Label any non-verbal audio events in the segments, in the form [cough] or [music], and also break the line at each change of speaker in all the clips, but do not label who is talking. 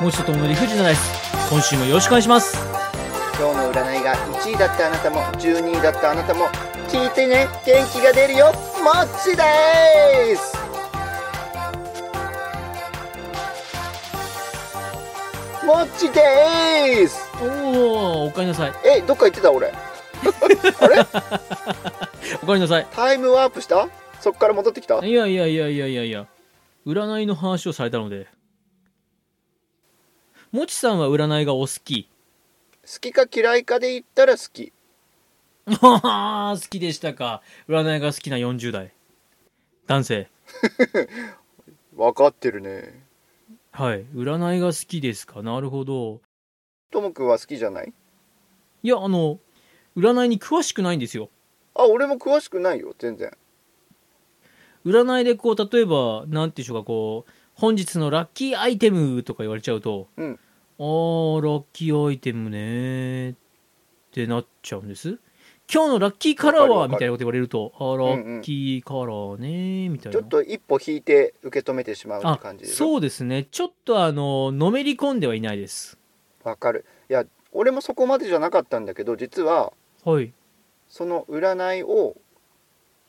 今週ともの理不尽なです今週もよろしくお願いします
今日の占いが1位だったあなたも12位だったあなたも聞いてね元気が出るよもっちですもっちです
おおおかえりなさい
えどっか行ってた俺 [laughs] あれ
おかえりなさい
タイムワープしたそっから戻ってきた
いやいやいやいやいやいや占いの話をされたのでもちさんは占いがお好き [laughs]
好きか嫌いかで言ったら好き
あー好きでしたか占いが好きな40代男性
分かってるね
はい占いが好きですかなるほど
ともくんは好きじゃない
いやあの占いに詳しくないんですよ
あ俺も詳しくないよ全然
占いでこう例えばなんていうんでしょうかこう本日のラッキーアイテムとか言われちゃうと、
うん
あーラッキーアイテムねーってなっちゃうんです今日のラッキーカラーは
わかるわかる
みたいなこと言われるとあー
うん
ラッキーカラーねーみたい
ち
な、
ょっと一歩引いて受け止めてしまうっ
あ
て感じでしょ
そうですねちょっとあののめり込んではいないです
わかるいや俺もそこまでじゃなかったんだけど実は
はい
その占いを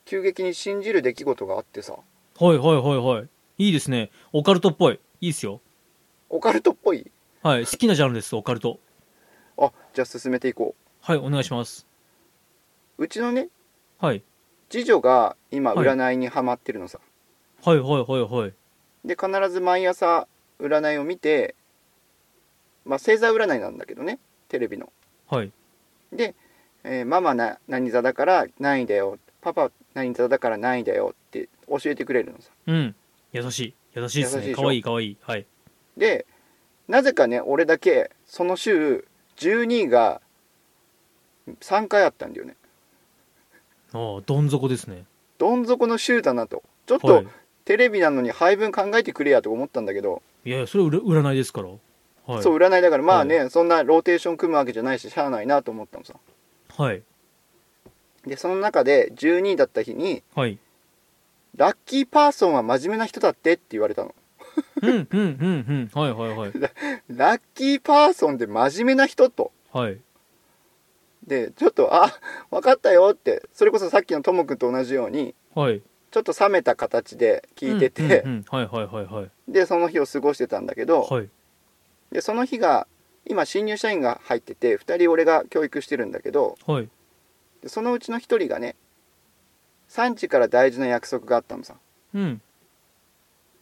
急激に信じる出来事があってさ
はいはいはいはいいいですねオカルトっぽいいいですよ
オカルトっぽい
はい好きなジャンルですオカルト
あじゃあ進めていこ
はいお願いします
ううちのね
はい
次女が今
はい
占いにはまってるのさ、
はいはいはいはい
で必ず毎朝占いを見てまあ星座占いなんだけどねテレビの
はい
で、えーママな何座だから何位だよパパ何座だから何位だよって教えてくれるのさ
うん優しい優しいです
優し
ね
いでしょ
かわいいかわいいはい
でなぜかね俺だけその週12位が3回あったんだよね
ああどん底ですね
どん底の週だなとちょっ
は
とテレビなのに配分考えてくれやと思ったんだけど、
いいやいやそれは占占いですからはい
そう占いだからまあね、そんなローテーション組むわけじゃないししゃあないなと思ったのさ
はい
でその中で12位だった日に
はい
ラッキーパーソンは真面目な人だってって言われたの
うんうんうんうんはいはいはい
ラッキーパーソンで真面目な人と
はい
でちょっとあ分かったよってそれこそさっきのともくんと同じように
はい
ちょっと冷めた形で [laughs] 聞いてて、
うんうんうんはいはいはいはい
でその日を過ごしてたんだけど、
はい
でその日が今新入社員が入ってて2人俺が教育してるんだけど
はい
でそのうちの1人がね3時から大事な約束があったのさ
うん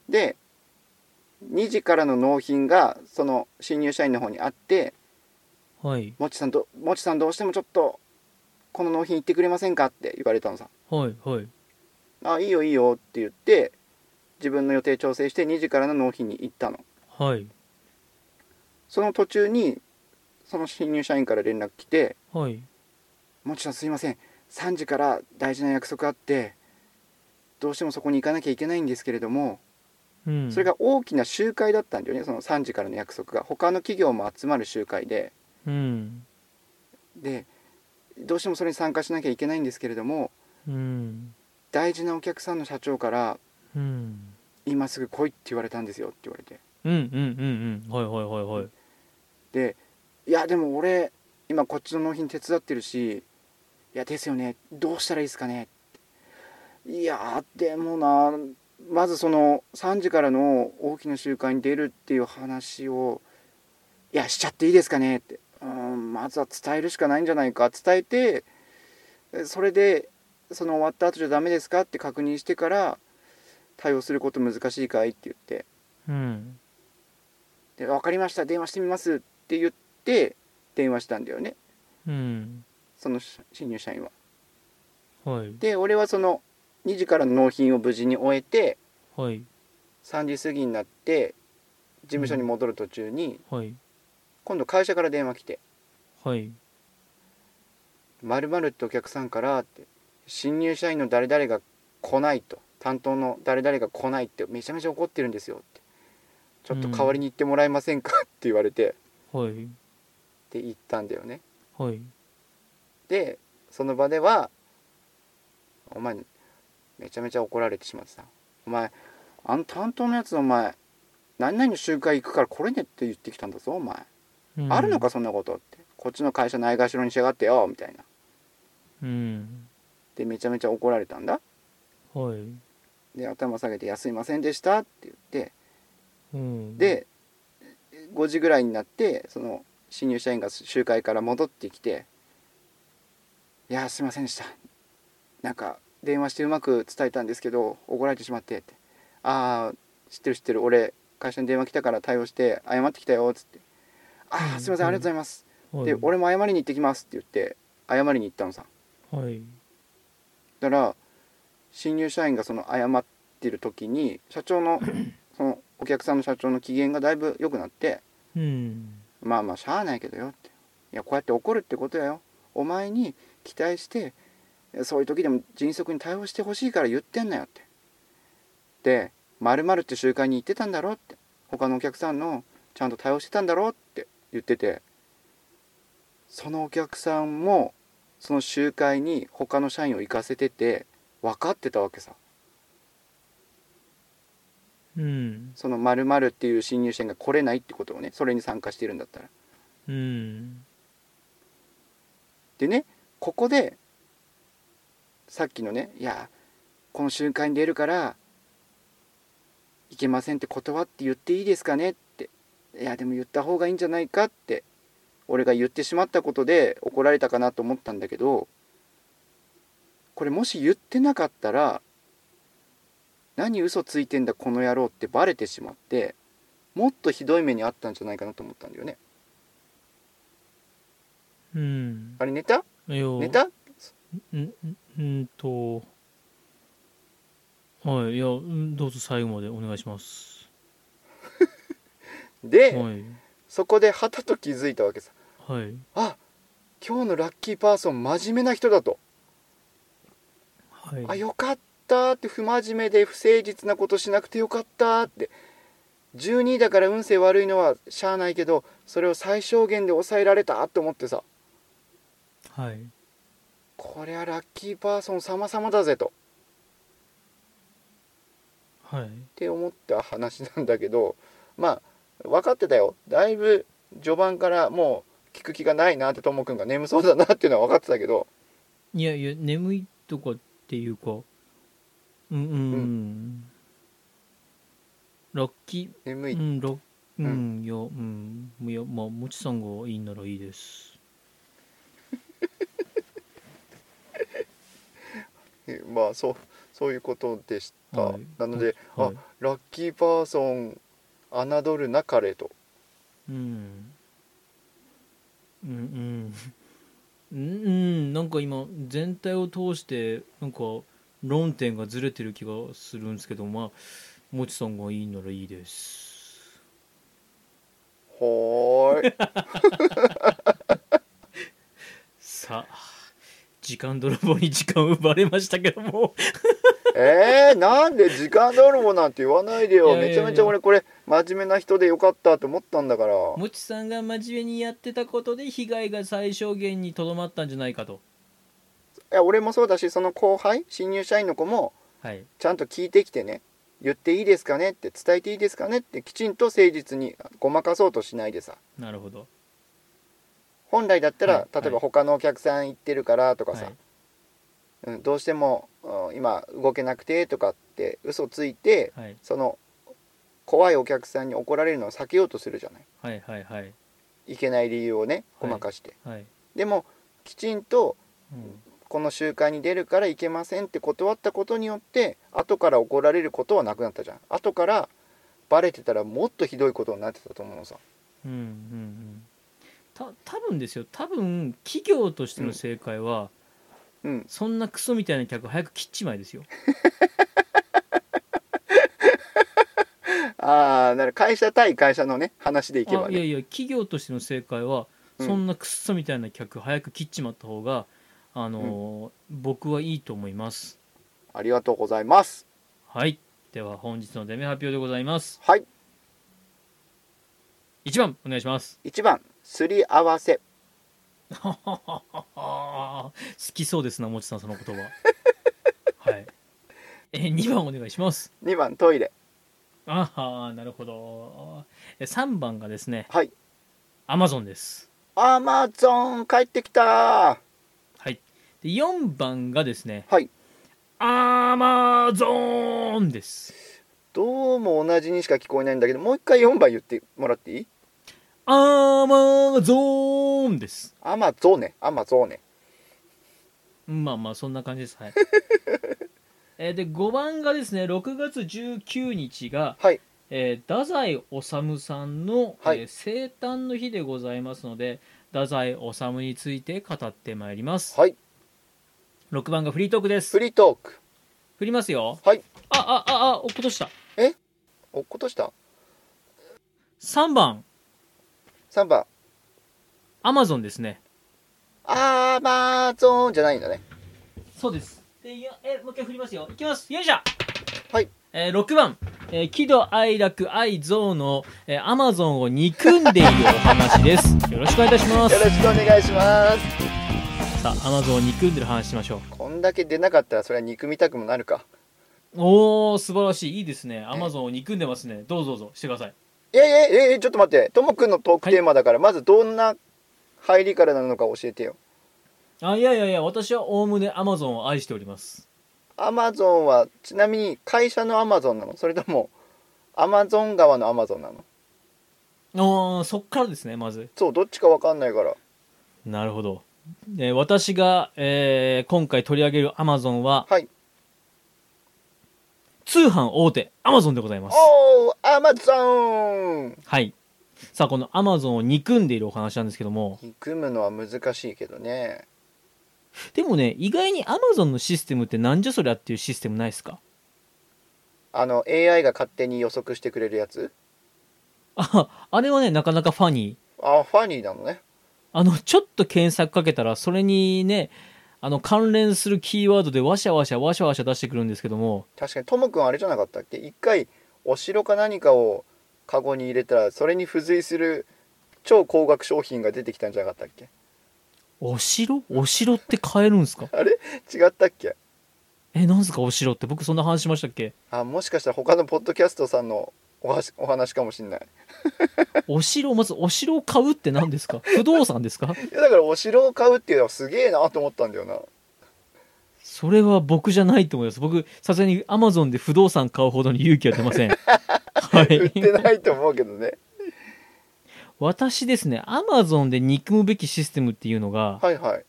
で2時からの納品がその新入社員の方にあって
はい
「もちさんどもちさんどうしてもちょっとこの納品行ってくれませんか?」って言われたのさ
はいはい
「あいいよいいよ」って言って自分の予定調整して2時からの納品に行ったの
はい
その途中にその新入社員から連絡来て
はい
もちろんすいません3時から大事な約束あってどうしてもそこに行かなきゃいけないんですけれども、
うん
それが大きな集会だったんだよねその3時からの約束が他の企業も集まる集会で
うん
でどうしてもそれに参加しなきゃいけないんですけれども
うん
大事なお客さんの社長から
うんうん
今すぐ来いって言われたんですよって言われて
うんうんうんはいはいはいはい
でいやでも俺今こっちの納品手伝ってるしいやですよねどうしたらいいですかねいやでもなまずその3時からの大きな集会に出るっていう話をいやしちゃっていいですかねってうんまずは伝えるしかないんじゃないか伝えてえそれでその終わった後じゃダメですかって確認してから対応すること難しいかいって言って
うん
で「分かりました電話してみます」って言って電話したんだよね
うん
そのし新入社員は。
はい
で俺はその2時からの納品を無事に終えて
はい
3時過ぎになって事務所に戻る途中に、
はい
今度会社から電話来て
はい
「まるってお客さんから」って「新入社員の誰々が来ない」と「担当の誰々が来ない」ってめちゃめちゃ怒ってるんですよって「ちょっと代わりに行ってもらえませんか」って言われて
はい
って言ったんだよね。
はい
でその場では「お前めちゃめちゃ怒られてしまってさお前あの担当のやつお前何々の集会行くからこれねって言ってきたんだぞお前、
うん
あるのかそんなことってこっちの会社ないがしろにしやがってよみたいな
うん
でめちゃめちゃ怒られたんだ
はい
で頭下げて「いやすいませんでした」って言って
うん
で5時ぐらいになってその新入社員が集会から戻ってきて「いやすいませんでした」なんか電話してうまく伝えたんですけど怒られてしまってって「ああ知ってる知ってる俺会社に電話来たから対応して謝ってきたよ」っつって「ああすいませんありがとうございます」
はい
で「俺も謝りに行ってきます」って言って謝りに行ったのさ
はい
だから新入社員がその謝ってる時に社長 [coughs] のそのお客さんの社長の機嫌がだいぶ良くなって
うん
「まあまあしゃあないけどよ」って「いやこうやって怒るってことやよお前に期待してそういう時でも迅速に対応してほしいから言ってんなよ」って「で〇〇って集会に行ってたんだろ」って「他のお客さんのちゃんと対応してたんだろ」って言っててそのお客さんもその集会に他の社員を行かせてて分かってたわけさ
うん
その〇〇っていう新入社員が来れないってことをねそれに参加してるんだったら。
うん
でねここでさっきのね「いやこの瞬間に出るからいけませんって断って言っていいですかね?」って「いやでも言った方がいいんじゃないか?」って俺が言ってしまったことで怒られたかなと思ったんだけどこれもし言ってなかったら「何嘘ついてんだこの野郎」ってバレてしまってもっとひどい目にあったんじゃないかなと思ったんだよね。
うん
あれ寝た
いや
寝た
んんうんとはいいやうんどうぞ最後までお願いします
で、
はい
そこではたと気づいたわけさ。
はい
あ今日のラッキーパーソン真面目な人だと、
はい
あよかったって不真面目で不誠実なことしなくてよかったって12位だから運勢悪いのはしゃあないけどそれを最小限で抑えられたと思ってさ
はい
こりゃラッキーパーソン様々だぜとっ
はい
て思った話なんだけどまあ分かってたよだいぶ序盤からもう聞く気がないなってともくんが眠そうだなっていうのは分かってたけど
いやいや眠いとかっていうかうんうん、
う
ラッキ
眠
ー
い、
うんラッうん、
う
いやうんいやまあもちさんがいいならいいです
えまあそうそういうことでした、
はい
なので、
はい
あラッキーパーソン侮るなかれと
うんうんうんうんうんなんか今全体を通してなんか論点がずれてる気がするんですけどまあもちさんがいいならいいです
ほーい [laughs]
さあ時間泥棒に時間を奪われましたけども
えー、なんで時間泥棒なんて言わないで
い
よ
やいやいや
めちゃめちゃ俺これ真面目な人でよかったと思ったんだから
[laughs] もちさんが真面目にやってたことで被害が最小限にとどまったんじゃないかと
いや俺もそうだしその後輩新入社員の子も
はい
ちゃんと聞いてきてね言っていいですかねって伝えていいですかねってきちんと誠実にごまかそうとしないでさ
なるほど
本来だったら、
はい
例えば他のお客さん行ってるからとかさ、
はい
うん、どうしても、うん今動けなくてとかって嘘ついて
はい
その怖いお客さんに怒られるのを避けようとするじゃない
はいはいはい
いけない理由をねごまかして、
はい、
でもきちんと
うん
この集会に出るからいけませんって断ったことによって後から怒られることはなくなったじゃん後からバレてたらもっとひどいことになってたと思うのさ
うんうんうんた多分ですよ多分企業としての正解は、
うん
そんなクソみたいな客早く切っちまいですよ
ああだから会社対会社のね話でいけば
あいや
ね
いや企業としての正解は、
うん
そんなクソみたいな客早く切っちまった方があのー僕はいいと思います
ありがとうございます
はいでは本日のデメ発表でございます
はい
1番お願いします [laughs]
1番すり合わせ
好きそうですなもちさんその
[laughs]
言葉はいえー2番お願いします
2番トイレ
ああなるほどえ3番がですね
はい
アマゾンです
アマゾン帰ってきた
はいで4番がですね
はい
アマゾーンです
どうも同じにしか聞こえないんだけどもう一回4番言ってもらっていい
アマゾーンです
アマゾーネアマゾーネ
まあまあそんな感じですはい [laughs] えーで5番がですね6月19日が、
はい
えー太宰治さんの、
はい
えー生誕の日でございますので太宰治について語ってまいります、
はい
6番がフリートークです
フリートーク
振りますよ
はい
ああああ落っことした
落っことした
3番
3番
アマゾンですね
アマゾンじゃないんだね
そうですでいやえもう一回振りますよいきますよいしょ
はい
えー6番、えー喜怒哀楽愛憎の、えー、アマゾンを憎んでいるお話です
[laughs]
よろしくお願いいたしま
よろ
す
しくお願いします
さあアマゾンを憎んでる話しましょ
こんだけ出なかったらそれは憎みたくもなるか
うおお素晴らしいいいですねアマゾンを憎んでますねどうぞどうぞしてください
いやいやいやいやちょっと待ってともくんのトークテーマだから、まずどんな入りからなのか教えてよ
あいやいやいや私はおおむねアマゾンを愛しております
アマゾンはちなみに会社のアマゾンなのそれともアマゾン川のアマゾンなの
おーそっからですねまず
そうどっちかわかんないから
なるほど、えー私が、えー今回取り上げるアマゾンは、
はい
通販大手アマゾンでございます
おーアマゾン
はいさあこのアマゾンを憎んでいるお話なんですけども
憎むのは難しいけどね
でもね意外にアマゾンのシステムってなんじゃそりゃっていうシステムないですか [laughs]
あの AI が勝手に予測してくれるやつ
ああれはねなかなかファニー
あファニーなのね
あの、ちょっと検索かけたら、それにね、あの、関連するキーワードでわしゃわしゃわしゃわしゃ出してくるんですけども、
確かにともくんあれじゃなかったっけ一回お城か何かをカゴに入れたらそれに付随する超高額商品が出てきたんじゃなかったっけ
お城お城って買えるんですか
違ったっけ
え、なんすかお城って僕そんな話しましたっけ [laughs]
あもしかしたら他のポッドキャストさんのおはしお話かもしんない
お城、まずお城を買うって何ですか [laughs] 不動産ですか
いやだからお城を買うっていうのはすげえなと思ったんだよな
それは僕じゃないと思います。僕、さすがにアマゾンで不動産買うほどに勇気は出ま
[laughs]
せん。は
売っ
い。
てないと思うけどね
私ですね、アマゾンで憎むべきシステムっていうのが、
はいはい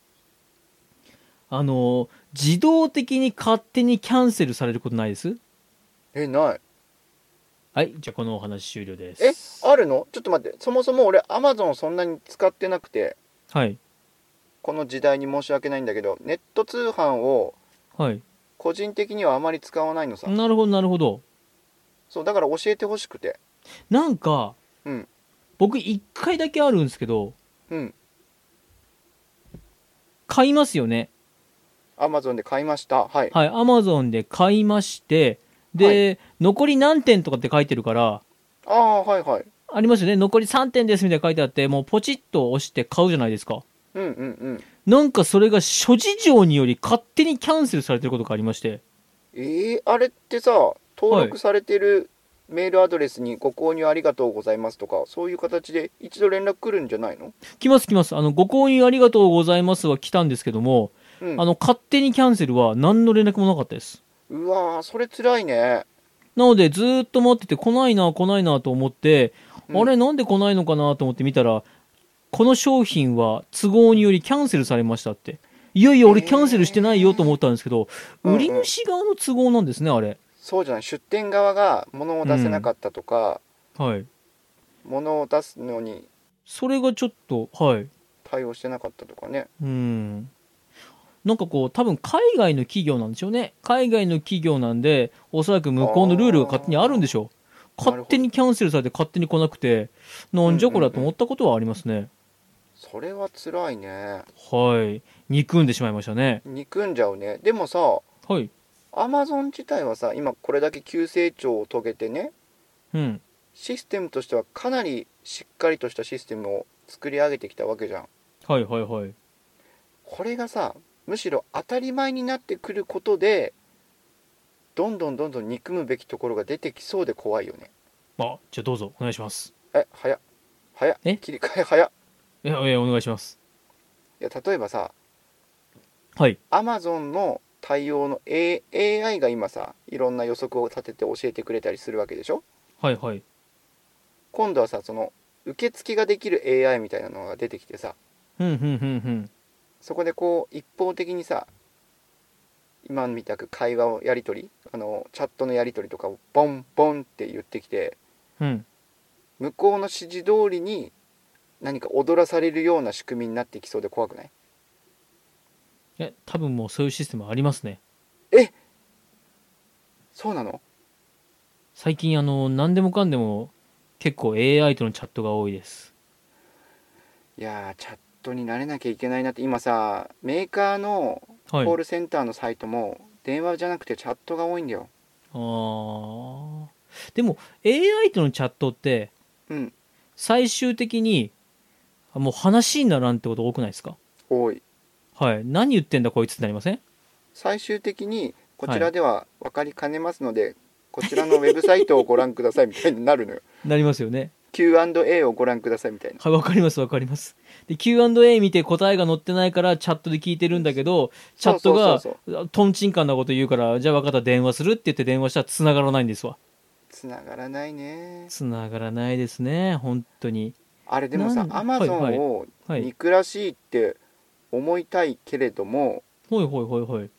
あの、自動的に勝手にキャンセルされることないです
えない
はい、じゃあこのお話終了で
え
す。
あるのちょっと待ってそもそも俺アマゾンそんなに使ってなくて
はい、
この時代に申し訳ないんだけどネット通販を
はい。
個人的にはあまり使わないのさ
なるほど、なるほど。
そうだから教えてほしくて
なんか、
うん
僕一回だけあるんですけど、
うん
買いますよね。
アマゾンで買いましたはい
はい、アマゾンで買いまして、で、残り何点とかって書いてるから、
ああはいはい
ありますよね。残り3点ですみたいな書いてあって、もうポチッと押して買うじゃないですか。
うんうんうん
なんかそれが諸事情により勝手にキャンセルされてることがありまして。
えー、あれってさ登録されてるメールアドレスにご購入ありがとうございますとかそういう形で一度連絡来るんじゃないの
来ます来ます。あの、ご購入ありがとうございますは来たんですけども、
うん
あの、勝手にキャンセルは何の連絡もなかったです。
うわーそれ辛いね
なのでずーっと待ってて来ないな来ないなと思って、
うん
あれなんで来ないのかなと思って見たらこの商品は都合によりキャンセルされましたっていやいや俺
へー
キャンセルしてないよと思ったんですけど、
うんうん
売り主側の都合なんですねあれ
そうじゃない出店側が物を出せなかったとか、
はい
物を出すのに
それがちょっとはい
対応してなかったとかね
うんなんかこう多分海外の企業なんでしょうね海外の企業なんでおそらく向こうのルールが勝手にあるんでしょう
あーなるほど
勝手にキャンセルされて勝手に来なくてなんじゃこりゃと思ったことはありますね、
それは辛いね
はい憎んでしまいましたね
憎んじゃうねでもさ
はい
アマゾン自体はさ今これだけ急成長を遂げてね
うん
システムとしてはかなりしっかりとしたシステムを作り上げてきたわけじゃん
はいはいはい
これがさむしろ当たり前になってくることでどんどんどんどん憎むべきところが出てきそうで怖いよね
あじゃあどうぞお願いします
え早っ早っ
え
切り替え早っ
いやいやお願いします
いや例えばさ
はい
アマゾンの対応の、A、AI が今さいろんな予測を立てて教えてくれたりするわけでしょ
はいはい
今度はさその受付ができる AI みたいなのが出てきてさ
ふんふんふんふん
そこでこう一方的にさ今みたく会話をやり取りあのチャットのやり取りとかをボンボンって言ってきて
うん
向こうの指示通りに何か踊らされるような仕組みになってきそうで怖くない
いや多分もうそういうシステムありますね
そうなの
最近あの何でもかんでも結構 AI とのチャットが多いです
いやーチャットに慣れなきゃいけないなって今さメーカーの
はい
コールセンターのサイトも電話じゃなくてチャットが多いんだよ
あーでも AI とのチャットって
うん
最終的にあもう話にならんってこと多くないですか
多い
はい何言ってんだこいつってなりません
最終的にこちらでは分かりかねますので、こちらのウェブサイトをご覧くださいみたいにな
[laughs]
るのよ
なりますよね
Q&A をご覧くださいみたいな
はいわかりますわかりますで Q&A 見て答えが載ってないからチャットで聞いてるんだけどチャットが
そうそうそうそう
トンチンカンなこと言うからじゃあ分かった電話するって言って電話したら繋がらないんですわ
つながらないね
繋がらないですね本当に
あれでも
な
さ
ん
アマゾ
はいはい
ンを
はい
憎らしいって思いたいけれども
ほいほいほいほい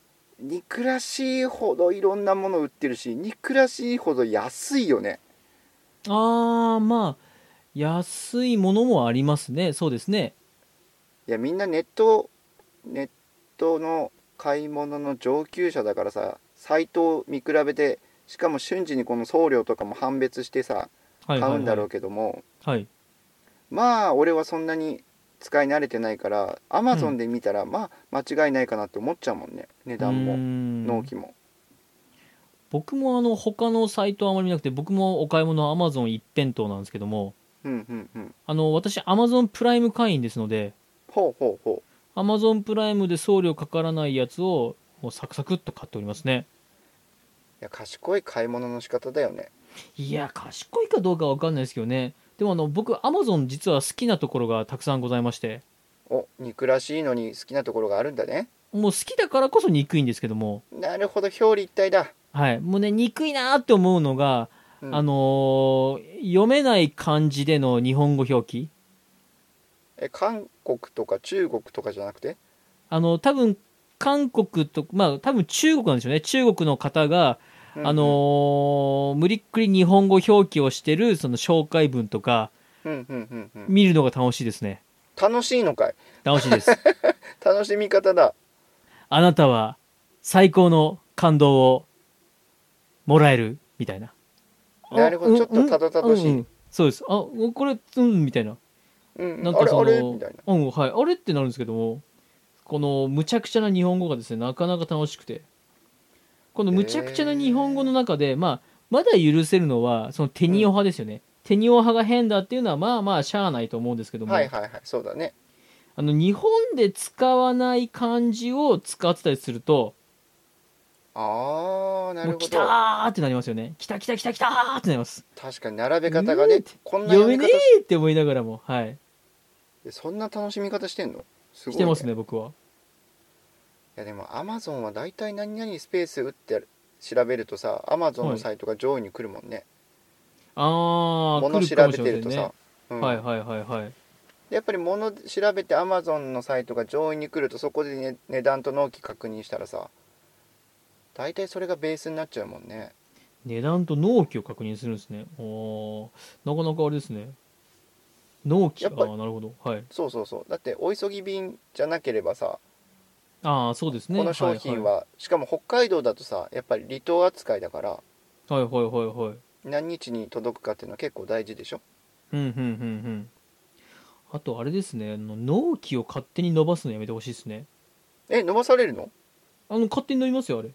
憎らしいほどいろんなもの売ってるし憎らしいほど安いよね
あーまあ安いものもありますねそうですね
いやみんなネットネットの買い物の上級者だからさサイトを見比べてしかも瞬時にこの送料とかも判別してさ
は
買
いはい、はい、
うんだろうけども、
はい
まあ俺はそんなに使い慣れてないからアマゾンで見たら、まあ間違いないかなって思っちゃうもんね値段
うー
も
ん
納期も
僕もあの他のサイトはあまり見なくて僕もお買い物は Amazon 一辺倒なんですけども
うんうんうん
あの私 Amazon プライム会員ですので
ほうほうほ
Amazon プライムで送料かからないやつをもうサクサクっと買っておりますね
ういや賢い買い物の仕方だよね
いや賢いかどうかは分かんないですけどねでもあの僕 Amazon 実は好きなところがたくさんございまして
お憎らしいのに好きなところがあるんだね
もう好きだからこそ憎いんですけども
なるほど表裏一体だ、
はいもうね憎いなーって思うのが、
うん
あのー読めない漢字での日本語表記
え韓国とか中国とかじゃなくて
あの多分韓国とまあ多分中国なんでしょうね中国の方が、
うんうん
あのー無理っくり日本語表記をしてるその紹介文とか
うんうんうんうん
見るのが楽しいですね
楽しいのかい
楽しいです
[laughs] 楽しみ方だ
あなたは最高の感動をもらえるみたいな
なるほど
あ
ちょっとたどたどしい
うんうんそうですあこれうんみたいな
うん
なん
あ
か
れ
その
あれみたいな
うんはいあれってなるんですけどもこのむちゃくちゃな日本語がですねなかなか楽しくてこのむちゃくちゃな日本語の中で、まあ、まだ許せるのはそのテニオ派ですよね、テニオ派が変だっていうのはまあまあしゃあないと思うんですけども、
はいはいはいそうだね
あの日本で使わない漢字を使ってたりすると
ああな
もう
る
「
ほ
き
ど
たー!」ってなりますよね「きたきたきたきたー!」ってなります
確かに並べ方がね、
うん
こんな
読め
読み
ね
方し
えって思いながらもはい
そんな楽しみ方してんのすごい、
してますね僕はい
やでもアマゾンは大体何々スペース打って調べるとさアマゾン
は
の
い
サイトが上位に来るもんね、
あー
物
来る
調
かも
べ
してれませ
る
ん
と
ね
さ、うん
はいはいはいはい
やっぱり物調べてアマゾンのサイトが上位に来るとそこで、ね、値段と納期確認したらさ大体それがベースになっちゃうもんね
値段と納期を確認するんですねおーなかなかあれですね納期
や
あ
っぱり
ーなるほどはい
そうそうそうだってお急ぎ便じゃなければさ、
ああそうですね
この商品
は
は、しかも北海道だとさやっぱり離島扱いだから
いはいはいはいはいはい
何日に届くかっていうのは結構大事でしょ
うんうんうんうんあとあれですねあの納期を勝手に伸ばすのやめてほしいですね
え伸ばされるの
あの勝手に伸びますよあれ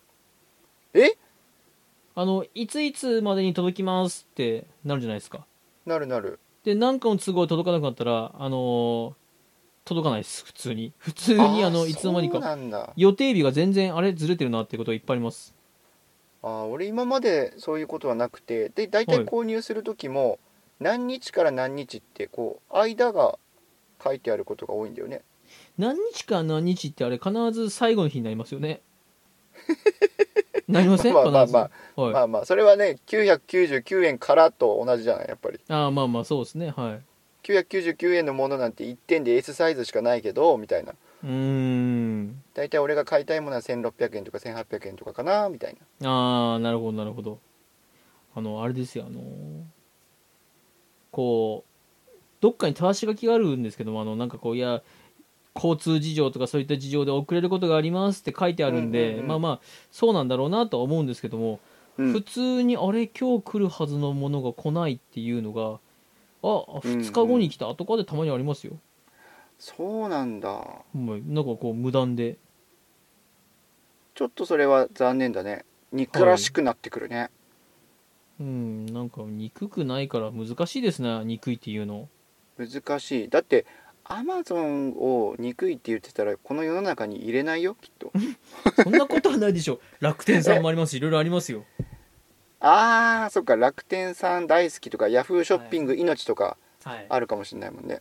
え
あのいついつまでに届きますってなるじゃないですか
なるなる
で何かの都合で届かなくなったらあのー届かないです普通に普通にあの
ー
いつの間に
そう
か
なんだ
予定日が全然あれずれてるなってことがいっぱいあります
ああー俺今までそういうことはなくてで大
は
体
い
購入する時も何日から何日ってこう間が書いてあることが多いんだよね
何日か何日ってあれ必ず最後の日になりますよ
[laughs]
ねなりません
まあまあ
必ずはい、
まあまあそれはね999円からと同じじゃないやっぱり
ああまあまあそうですねはい
999円のものなんて1点で S サイズしかないけどみたいな
うーん
大体俺が買いたいものは1600円とか1800円とかかなみたいな
ああなるほどなるほどあのあれですよあのーこうどっかにたわし書きがあるんですけどもあのなんかこういや交通事情とかそういった事情で遅れることがありますって書いてあるんで、
うんうんうん
まあまあそうなんだろうなとは思うんですけども、
うん
普通にあれ今日来るはずのものが来ないっていうのがあ
うんうん
2日後に来たとかでたまにありますよ、
そうなんだ
はいなんかこう無断で
ちょっとそれは残念だね憎らしくなってくるね、
うんなんか憎くないから難しいですね憎いっていうの
難しいだってアマゾンを憎いって言ってたらこの世の中に入れないよきっと
そんなことはないでし
[laughs]
ょ楽天さんもありますしいろいろありますよ
あーそっか楽天さん大好きとかヤフーショッピング命とか
はい
あるかもしれないもんね、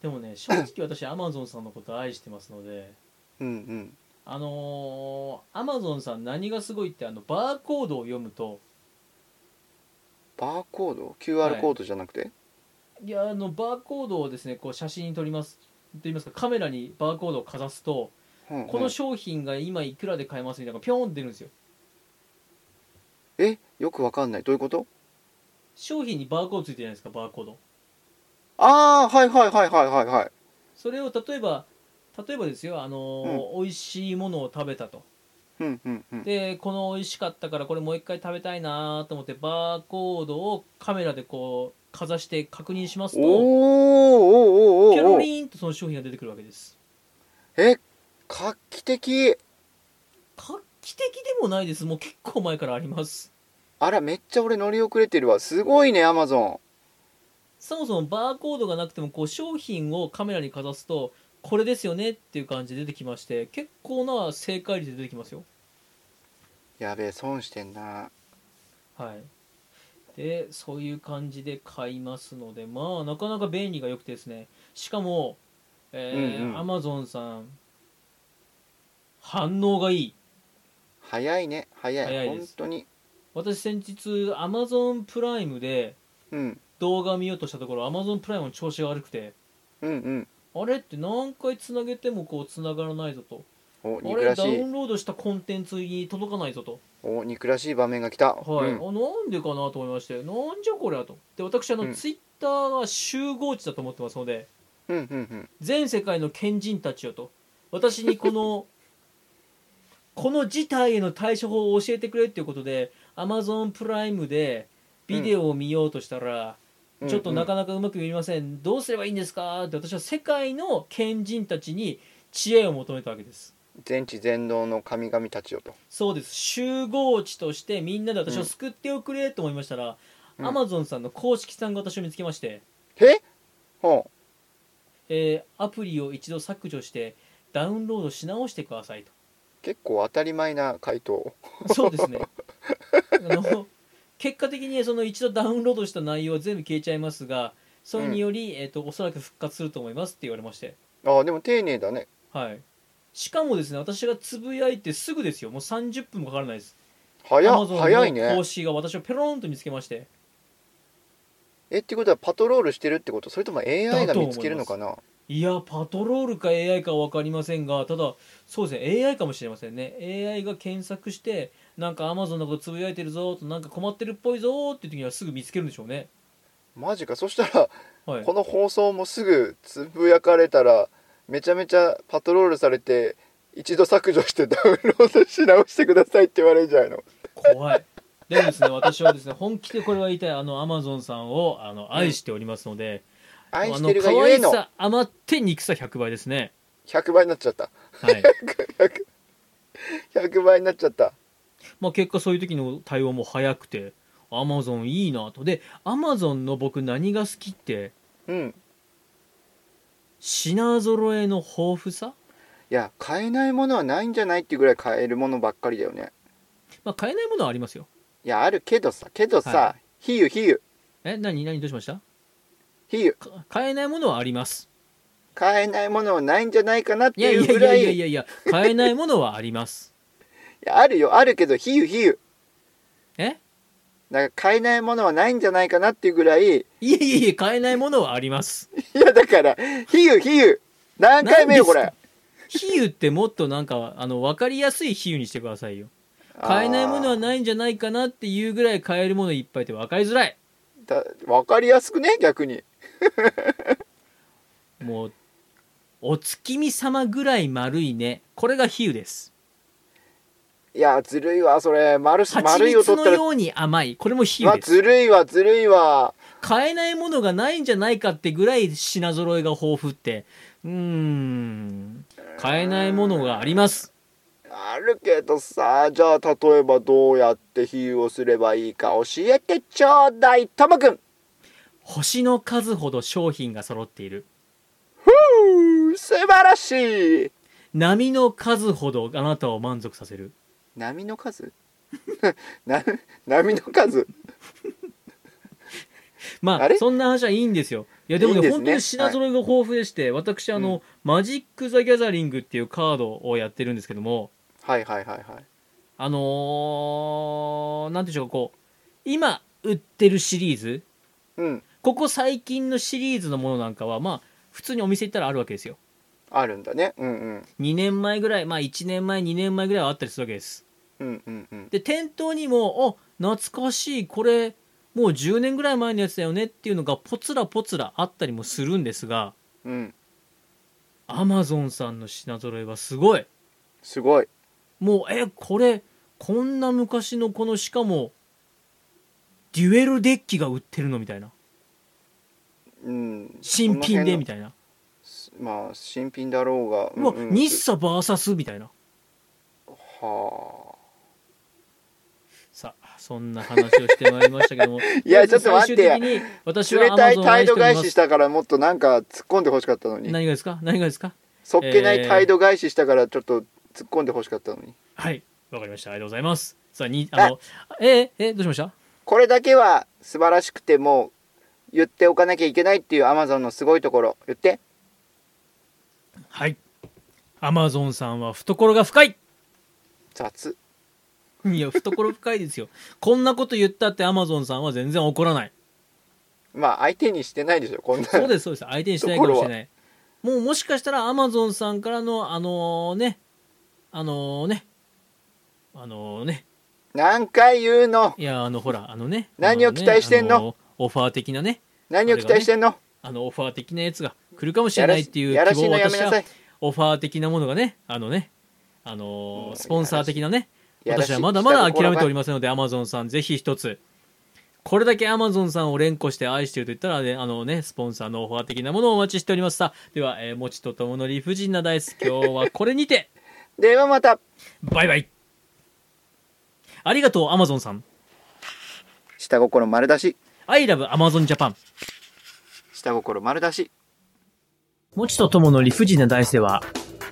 でもね正直私アマゾンさんのこと愛してますので
うんうん
あのー、アマゾンさん何がすごいってあのバーコードを読むと
バーコード
は
QR
い
コードじゃなくて、
いやあのバーコードをですねこう写真に撮りますと言いますかカメラにバーコードをかざすと
うんうん
この商品が今いくらで買えますみたいなのがピョーンって出るんですよ
えよくわかんないどういうこと
商品にバーコードついてるじゃないですかバーコード
ああはいはいはいはいはいはい
それを例えば例えばですよあのー美味しいものを食べたと
うんうんうん
でこの美味しかったからこれもう一回食べたいなと思ってバーコードをカメラでこうかざして確認します
おー
と
おーお
キャ
ーおー
ロ
お
リ
ー
ーンとその商品が出てくるわけです
え画期的
画期的でもないですもう結構前からあります
あらめっちゃ俺乗り遅れてるわすごいねアマゾン
そもそもバーコードがなくてもこう商品をカメラにかざすとこれですよねっていう感じで出てきまして結構な正解率で出てきますよ
やべえ損してんな
はいでそういう感じで買いますのでまあなかなか便利が良くてですねしかもえ
う
ー
んうん
アマゾンさん反応がいい
早いね早い
早いで
本
す
当に
私先日アマゾンプライムで
うん
動画見ようとしたところアマゾンプライムの調子が悪くて
うん
あれって何回つなげてもこうつながらないぞと
うんお
あ
憎
れ
らし
ダウ
い
ンロードしたコンテンツに届かないぞと
お憎らしい場面が来た、
はい、
うん、
あなんでかなと思いましてなんじゃこりゃとで私あの、
うん
ツイッターは集合値だと思ってますので
うんうん
全世界の賢人たちよと私にこ
[laughs]
のこの事態への対処法を教えてくれっていうことで Amazon プライムでビデオを見ようとしたら、
うん
ちょっと
うんうん
なかなかうまく見えません、どうすればいいんですかって私は世界の賢人たちに知恵を求めたわけです
全知全能の神々たちよと
そうです集合値としてみんなで私を救っておくれと思いましたら、
うん
Amazon さんの公式さんが私を見つけまして、
えほ
えーアプリを一度削除してダウンロードし直してくださいと
う結構当たり前な回答 [laughs]
そうですねあの結果的にその一度ダウンロードした内容は全部消えちゃいますがそれにより、えー、とおそらく復活すると思いますって言われまして、
あーでも丁寧だね
はい、しかもですね私がつぶやいてすぐですよもう30分もかからないです
早
Amazon
早い
の
ね
講師が私をペローンと見つけまして
えってことはパトロールしてるってことそれとも AI
だ
が
と思い
見
ます
つけるのかない
やパトロールか AI か分かりませんがただそうですね AI かもしれませんね AI が検索してなんか Amazon のことつぶやいてるぞとなんか困ってるっぽいぞっていう時にはすぐ見つけるんでしょうね
マジかそしたら
はい
この放送もすぐつぶやかれたらめちゃめちゃパトロールされて一度削除してダウンロードし直してくださいって言われるんじゃないの
怖いでもですね私はですね本気でこれは言いたいあのアマゾンさんをあの愛しておりますので、
愛
あ
し
の
てるが
可
ゆ
愛
えの
さ余って憎さ100倍ですね
100倍になっちゃった [laughs]
はい、
100倍になっちゃった
まあ、結果そういう時の対応も早くてアマゾンいいなとでアマゾンの僕何が好きって
うん
品揃えの豊富さ
いや買えないものはないんじゃないっていうぐらい買えるものばっかりだよね
まあ買えないものはありますよ
いやあるけどさけどさ
は
比喩比喩
え何何どうしました
比喩
か買えないものはあります
買えないものはないんじゃないかなって
いやい
い
や
う
いや
ぐ
いや
らい
いやいやいや買えないものはあります
いやあるよあるけど比喩比喩
え
だから買えないものはないんじゃないかなっていうぐらいい
いやいやいや買えないものはあります
やだから比喩比喩何回目よこれ
比喩ってもっとなんかあの分かりやすい比喩にしてくださいよ買えないものは
あー
ないんじゃないかなっていうぐらい買えるものいっぱいって分かりづらい
だ分かりやすくね逆に
もうお月見様ぐらい丸いねこれが比喩です
いやずるいわそれ丸し
蜂
丸いを
蜜
取っ
の
たら
ように甘いこれも比
うわ
喩です
ずるいわずるいわ
買えないものがないんじゃないかってぐらい品揃えが豊富ってうーん買えないものがあります
あるけどさじゃあ例えばどうやって比喩をすればいいか教えてちょうだいともくん
星の数ほど商品が揃っている
ふう素晴らしい
波の数ほどあなたを満足させる
波の数 [laughs] な波の数
ま
あ
あ
れ
そんな話はいいんですよいやでも
い
ね
いんですね
本当に品揃えが豊富でして、私あの、マジック・ザ・ギャザリングっていうカードをやってるんですけども
はいはいはいはい
あのー、なんていうんでしょうこう今売ってるシリーズ
うん
ここ最近のシリーズのものなんかはまあ普通にお店行ったらあるわけですよ
あるんだねうんうん
2年前ぐらいまあ1年前2年前ぐらいはあったりするわけです
うんうんうん
で店頭にもあ懐かしいこれもう10年ぐらい前のやつだよねっていうのがポツラポツラあったりもするんですが
うん
アマゾンさんの品揃えはすごい
すごい
もうえこれこんな昔のこのしかもデュエルデッキが売ってるのみたいな
うん
新品でみ
た
たいない
まあ新品だろうが
うわ
んん
日サ VS みたいな
は
さあそんな話をしてまいりましたけども
[laughs] いやちょっと待ってや
最終的に私
あ
は
冷
アマ
たい
ゾンを愛しており
態度返
ま
しし
す
たからもっとなんか突っ込んでほしかったのに
何がですか何がですか
そっけない
えー
態度返ししたからちょっと突っ込んでほしかったのに
はいわかりましたありがとうございますさあにあのえーえどうしました
これだけは素晴らしくてもう言っておかなきゃいけないっていうアマゾンのすごいところ言って
はいアマゾンさんは懐が深い
雑
いや懐深いです
[laughs]
よこんなこと言ったってアマゾンさんは全然怒らない
まあ相手にしてないでしょこんな
そうですそうです相手にしないかもしれないもうもしかしたらアマゾンさんからのあのねあのねあのね
何回言うの
いやあのほらあのね
何を
あね
期待してん
あ
の
オファー的なね
何を期待してんの、
あのオファー的なやつが来るかもし
や
れ
ら
ない
し
っていう
やら
希
しい
望を
のや
私
めなさ
はいオファー的なものがねあのねあの
うん
ースポンサー的なね
やらしい
私はまだまだ諦めており
ま
ますのでアマゾンさんぜひ一つこれだけアマゾンさんを連呼して愛していると言ったらねあのねスポンサーのオファー的なものをお待ちしておりますさあでは、えー、もちとともの理不尽なダイス今日はこれにて
すではまた
バイバイありがとうアマゾンさん
下心丸出し
I love Amazon Japan
下心丸出し
もちとともの理不尽な大世は、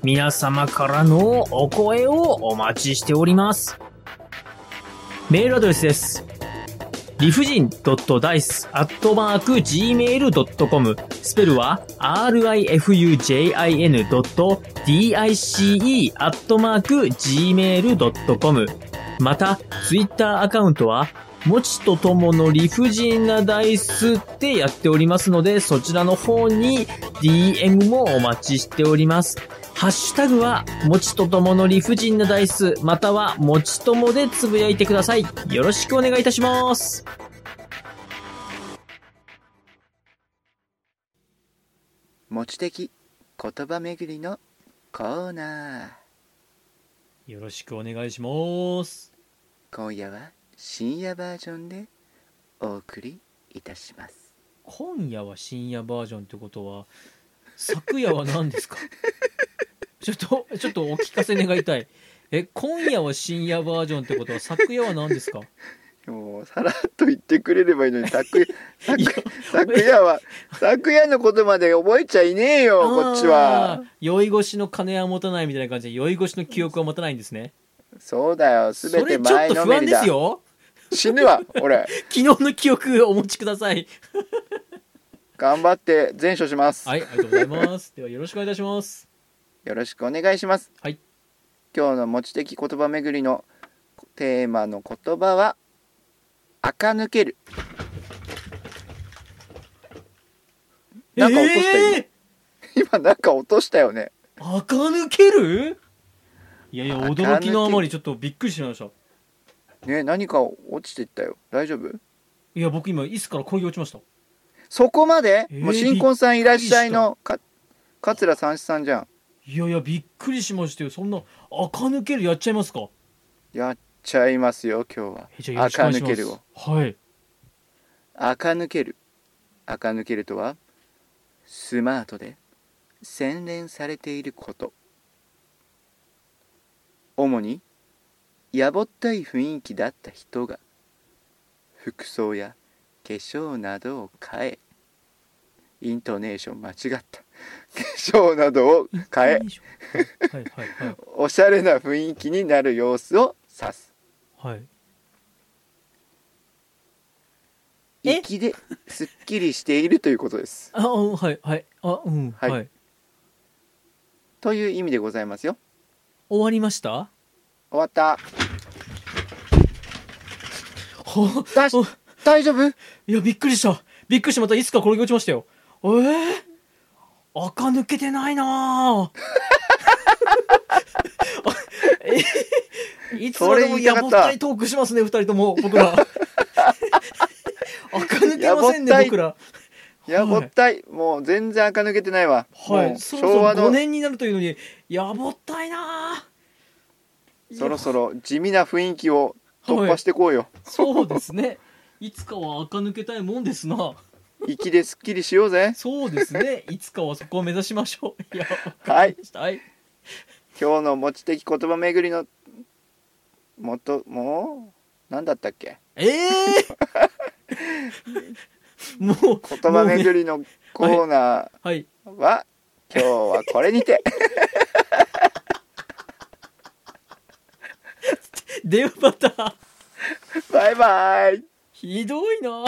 皆様からのお声をお待ちしております。メールアドレスです。理不尽 .dice.gmail.com スペルは rifujin.dice.gmail.com また、ツイッターアカウントは、もちとともの理不尽なダイスってやっておりますので、そちらの方に DM もお待ちしております。ハッシュタグは、もちとともの理不尽なダイス、または、もちともでつぶやいてください。よろしくお願いいたします。
持ち的言葉巡りのコーナー
よろしくお願いします。
今夜は深夜バージョンでお送りいたします
今夜は深夜バージョンってことは、昨夜は何ですか [laughs] ちょっと、ちょっとお聞かせ願いたい。え、今夜は深夜バージョンってことは、昨夜は何ですか
もうさらっと言ってくれればいいのに [laughs] 昨昨
いや
昨夜は昨夜のことまで覚えちゃいねえよこっちは
あー酔い越しの金は持たないみたいな感じで酔い越しの記憶は持たないんですね
そうだよ
そ
全
れ
て
ちょっ
前
と
の
不
め
安
り
で
だ
すよ
死ぬわ俺
昨日の記憶お持ちください
頑張って全処します、
はいありがとうございますではよろしくお願いいたします
よろしくお願いします、
はい
今日の持ち的言葉巡りのテーマの言葉は垢抜ける [laughs] なんか落とした今
え
今なんか落としたよね
ー、垢抜けるいやいや
垢抜け
驚きのあまりちょっとびっくりしました
ね何か落ちていったよ大丈夫
いや僕今椅子から声落ちました
そこまで、
えー
もう新婚さんいらっしゃいのか桂三枝さんじゃん
いやいやびっくりしましたよそんな垢抜けるやっちゃいますか
やっちゃいますよ今
えじ
日
ゃあ
は
よろしくお願
垢
いしま
抜け
す
るを
はい
垢抜ける垢抜けるとはスマートで洗練されていること主にやぼったい雰囲気だった人が服装や化粧などを変えイントネーション間違った化粧などを変え
よいしょはいはいはい
おしゃれな雰囲気になる様子を指す
はい [laughs] え
粋ですっきりしているということです
あうんはいはいあうん
は
はいい、
という意味でございますよ
終わりました
終わった
は
だし
お
大丈夫
いやびっくりしたびっくりしてまた椅子から転げ落ちましたよえー、垢抜けてないなぁ [laughs] えい [laughs] つまでもやぼったいトークしますね二人とも僕
[laughs]
ら [laughs] 垢抜けません
やぼった
ね
い
僕ら
やぼったいもう全然垢抜けてないわ
は
もう
い、そろそ
昭
ろ
和
5
の
年になるというのにやぼったいなぁ
そろ
い
そろ地味な雰囲気を突破してこうよ
やそうですねいつかは垢抜けたいもんですな
粋ですっきりしようぜ
そうです
[laughs]
ねいつかはそこを目指しましょういや
はい
はい
今日の持ち的言葉巡りのもともう何だったっけ
ええ
[laughs]
もう
言葉巡りのコーナ
はい
ーは今日はこれに
[laughs]
て
電話バター
バイバイ
ひどいな